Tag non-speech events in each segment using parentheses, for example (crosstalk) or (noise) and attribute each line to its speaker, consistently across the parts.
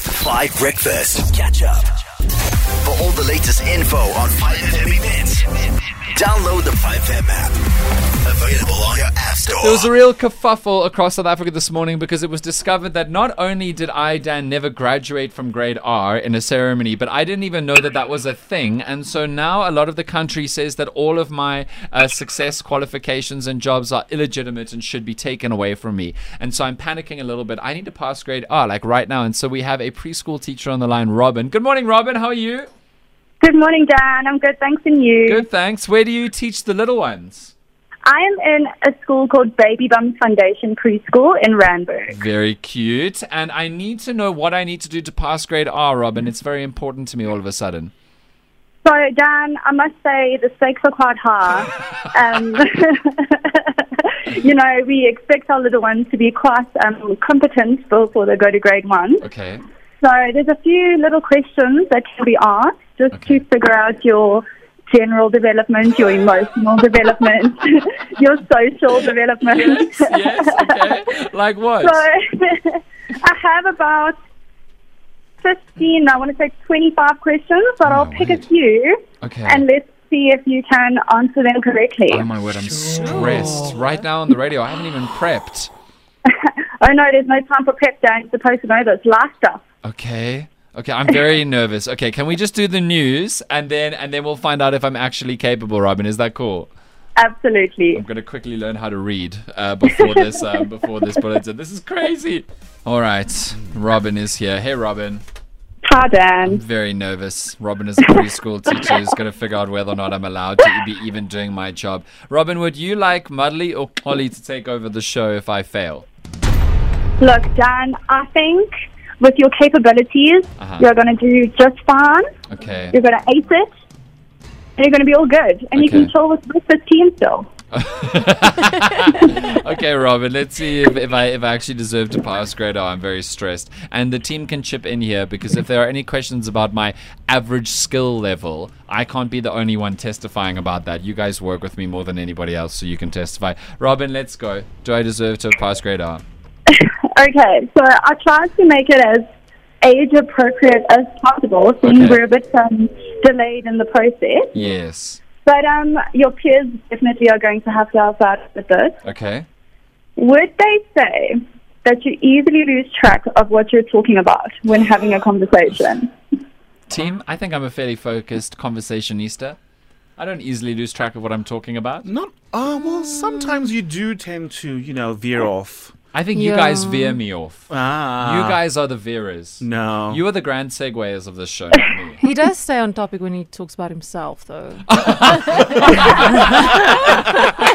Speaker 1: Five Breakfast. Catch up. For all the latest info on 5FM events, download the 5FM app. Available on your app store.
Speaker 2: There was a real kerfuffle across South Africa this morning because it was discovered that not only did I, Dan, never graduate from grade R in a ceremony, but I didn't even know that that was a thing. And so now a lot of the country says that all of my uh, success qualifications and jobs are illegitimate and should be taken away from me. And so I'm panicking a little bit. I need to pass grade R, like right now. And so we have a preschool teacher on the line, Robin. Good morning, Robin. How are you?
Speaker 3: Good morning, Dan. I'm good, thanks, and you?
Speaker 2: Good, thanks. Where do you teach the little ones?
Speaker 3: I am in a school called Baby Bums Foundation Preschool in Randburg.
Speaker 2: Very cute. And I need to know what I need to do to pass grade R, Robin. It's very important to me all of a sudden.
Speaker 3: So, Dan, I must say the stakes are quite
Speaker 2: (laughs)
Speaker 3: high. um, (laughs) you know, we expect our little ones to be quite um, competent before they go to grade one.
Speaker 2: Okay.
Speaker 3: So, there's a few little questions that can be asked just
Speaker 2: Okay.
Speaker 3: to figure out your general development, your emotional (laughs) development, your social development.
Speaker 2: (laughs) Yes, yes, okay. Like what?
Speaker 3: So (laughs) I have about 15, I want to say 25 questions, but
Speaker 2: Oh,
Speaker 3: I'll pick
Speaker 2: word.
Speaker 3: a few
Speaker 2: Okay.
Speaker 3: and let's see if you can answer them correctly.
Speaker 2: oh my word, I'm stressed. Right now on the radio, I haven't even prepped.
Speaker 3: oh no, there's no time for prep day. You're supposed to know this. Last stuff.
Speaker 2: Okay. Okay, I'm very nervous. Okay, can we just do the news and then and then we'll find out if I'm actually capable, Robin? Is that cool?
Speaker 3: Absolutely.
Speaker 2: I'm gonna quickly learn how to read uh, before this um, before this bulletin. This is crazy. All right, Robin is here. Hey, Robin.
Speaker 3: Hi, Dan.
Speaker 2: Very nervous. Robin is a preschool teacher who's going to figure out whether or not I'm allowed to be even doing my job. Robin, would you like Mudley or Polly to take over the show if I fail?
Speaker 3: Look, Dan, I think with your capabilities,
Speaker 2: Uh-huh.
Speaker 3: you're going to do just fine.
Speaker 2: Okay.
Speaker 3: You're going to ace it. And you're going to be all good. And you
Speaker 2: Okay.
Speaker 3: can chill with, with the team still.
Speaker 2: (laughs) Okay, Robin, let's see if, if I if I actually deserve to pass grade R. I'm very stressed. And the team can chip in here because if there are any questions about my average skill level, I can't be the only one testifying about that. You guys work with me more than anybody else, so you can testify. Robin, let's go. Do I deserve to pass grade R?
Speaker 3: Okay, so I tried to make it as age appropriate as possible, since
Speaker 2: Okay.
Speaker 3: we're a bit um, delayed in the process.
Speaker 2: Yes.
Speaker 3: But um, your peers definitely are going to have to help out with this.
Speaker 2: Okay.
Speaker 3: Would they say that you easily lose track of what you're talking about when having a conversation?
Speaker 2: Team, I think I'm a fairly focused conversationista. I don't easily lose track of what I'm talking about.
Speaker 4: Not. Oh, well, sometimes you do tend to, you know, veer
Speaker 2: Oh.
Speaker 4: off.
Speaker 2: I think you guys veer me off.
Speaker 4: Ah.
Speaker 2: you guys are the veerers.
Speaker 4: No.
Speaker 2: You are the grand segues of this show, not (laughs) me.
Speaker 5: He does stay on topic when he talks about himself, though.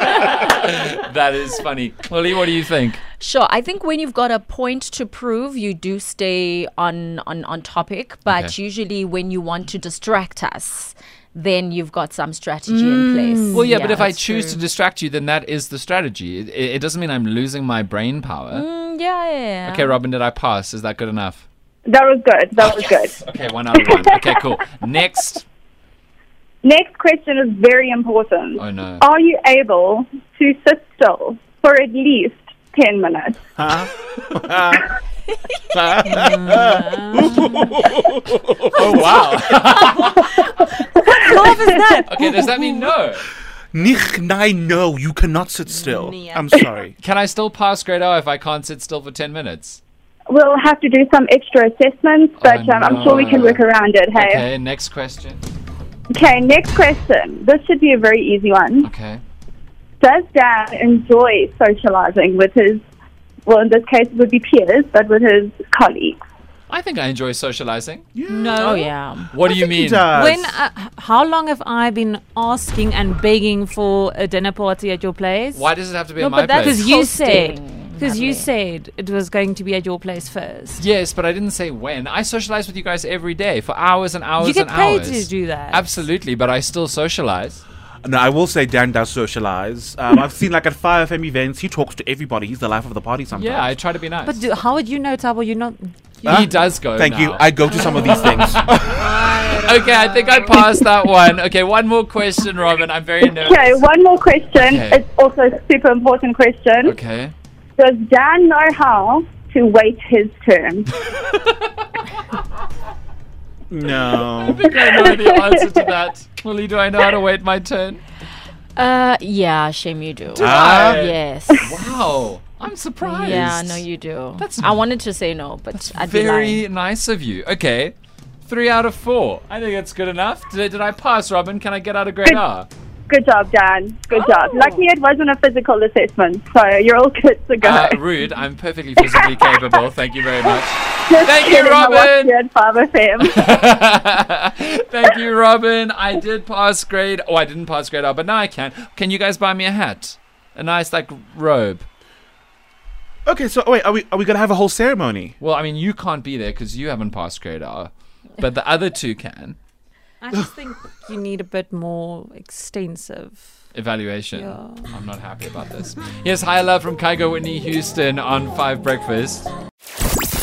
Speaker 2: that is funny. Lily, what do you think?
Speaker 6: Sure, I think when you've got a point to prove, you do stay on on on topic. But
Speaker 2: Okay.
Speaker 6: usually, when you want to distract us, then you've got some strategy in place.
Speaker 2: Mm. Well, yeah, but if I
Speaker 6: that's
Speaker 2: choose to distract you, then that is the strategy. It, it it doesn't mean I'm losing my brain power.
Speaker 6: true. Mm, yeah, yeah, yeah.
Speaker 2: Okay, Robin, did I pass? Is that good enough?
Speaker 3: That was good. That was good.
Speaker 2: Okay, one out of one. Okay, cool. Next.
Speaker 3: Next question is very important.
Speaker 2: Oh, no.
Speaker 3: Are you able to sit still for at least 10 minutes?
Speaker 2: Oh, wow.
Speaker 6: Love is that?
Speaker 2: Okay, does that mean no?
Speaker 4: Nich, nein, no, you cannot sit still.
Speaker 6: Yeah.
Speaker 4: I'm sorry.
Speaker 2: Can I still pass grade R if I can't sit still for 10 minutes?
Speaker 3: We'll have to do some extra assessments, but
Speaker 2: Oh,
Speaker 3: um, I'm sure we can
Speaker 2: no.
Speaker 3: work around it. Hey,
Speaker 2: Okay, next question.
Speaker 3: okay. Next question. This should be a very easy one.
Speaker 2: Okay.
Speaker 3: Does Dan enjoy socializing with his? Well, in this case, it would be peers, but with his colleagues.
Speaker 2: I think I enjoy socializing.
Speaker 5: No. Oh, yeah.
Speaker 2: What do you
Speaker 4: He
Speaker 2: mean?
Speaker 4: does.
Speaker 5: When, uh, h- how long have I been asking and begging for a dinner party at your place?
Speaker 2: Why does it have to be
Speaker 5: No,
Speaker 2: at my
Speaker 5: but that
Speaker 2: place?
Speaker 5: because you
Speaker 6: Hosting,
Speaker 5: said because you said it was going to be at your place first.
Speaker 2: Yes, but I didn't say when. I socialize with you guys every day for hours and hours
Speaker 5: You get
Speaker 2: and
Speaker 5: paid
Speaker 2: hours.
Speaker 5: to do that.
Speaker 2: Absolutely, but I still socialize.
Speaker 4: No, I will say Dan does socialize. Um, I've seen, like, at 5FM events, he talks to everybody. He's the life of the party sometimes.
Speaker 2: Yeah, I try to be nice.
Speaker 5: But do, how would you know, Tabo? You're not.
Speaker 2: he does go.
Speaker 4: Thank you.
Speaker 2: now.
Speaker 4: I go to some of
Speaker 2: (laughs)
Speaker 4: these things.
Speaker 2: okay, I think I passed that one. Okay, one more question, Robin. I'm very nervous.
Speaker 3: Okay, one more question.
Speaker 2: Okay.
Speaker 3: It's also a super important question.
Speaker 2: Okay.
Speaker 3: Does Dan know how to wait his turn?
Speaker 4: (laughs) No.
Speaker 2: I know the answer to that. Willie, do I know how to wait my turn?
Speaker 6: Uh, yeah, shame you do.
Speaker 4: Ah.
Speaker 2: I?
Speaker 6: yes.
Speaker 2: Wow. I'm surprised.
Speaker 6: Yeah, no, you do.
Speaker 2: That's-
Speaker 6: I wanted to say no, but
Speaker 2: That's
Speaker 6: I'd be
Speaker 2: very
Speaker 6: lying.
Speaker 2: nice of you. Okay. Three out of four. I think that's good enough. Did, did I pass, Robin? Can I get out of grade
Speaker 3: Good.
Speaker 2: R?
Speaker 3: Good job, Dan. Good job.
Speaker 6: Oh.
Speaker 3: Lucky it wasn't a physical assessment, so you're all good to go.
Speaker 2: Uh, rude. I'm perfectly physically capable. Thank you very much.
Speaker 3: (laughs) Just
Speaker 2: thank you,
Speaker 3: kidding, I watch
Speaker 2: Robin.
Speaker 3: you at Five FM.
Speaker 2: Thank you, Robin. I did pass grade. Oh, I didn't pass grade R, but now I can. Can you guys buy me a hat? A nice like robe.
Speaker 4: Okay, so wait, are we are we gonna have a whole ceremony?
Speaker 2: Well, I mean, you can't be there because you haven't passed grade R, but the other two can.
Speaker 5: I just think you need a bit more extensive.
Speaker 2: Evaluation.
Speaker 5: Yeah.
Speaker 2: I'm not happy about this. Here's high love from Kygo Whitney Houston on Five Breakfast.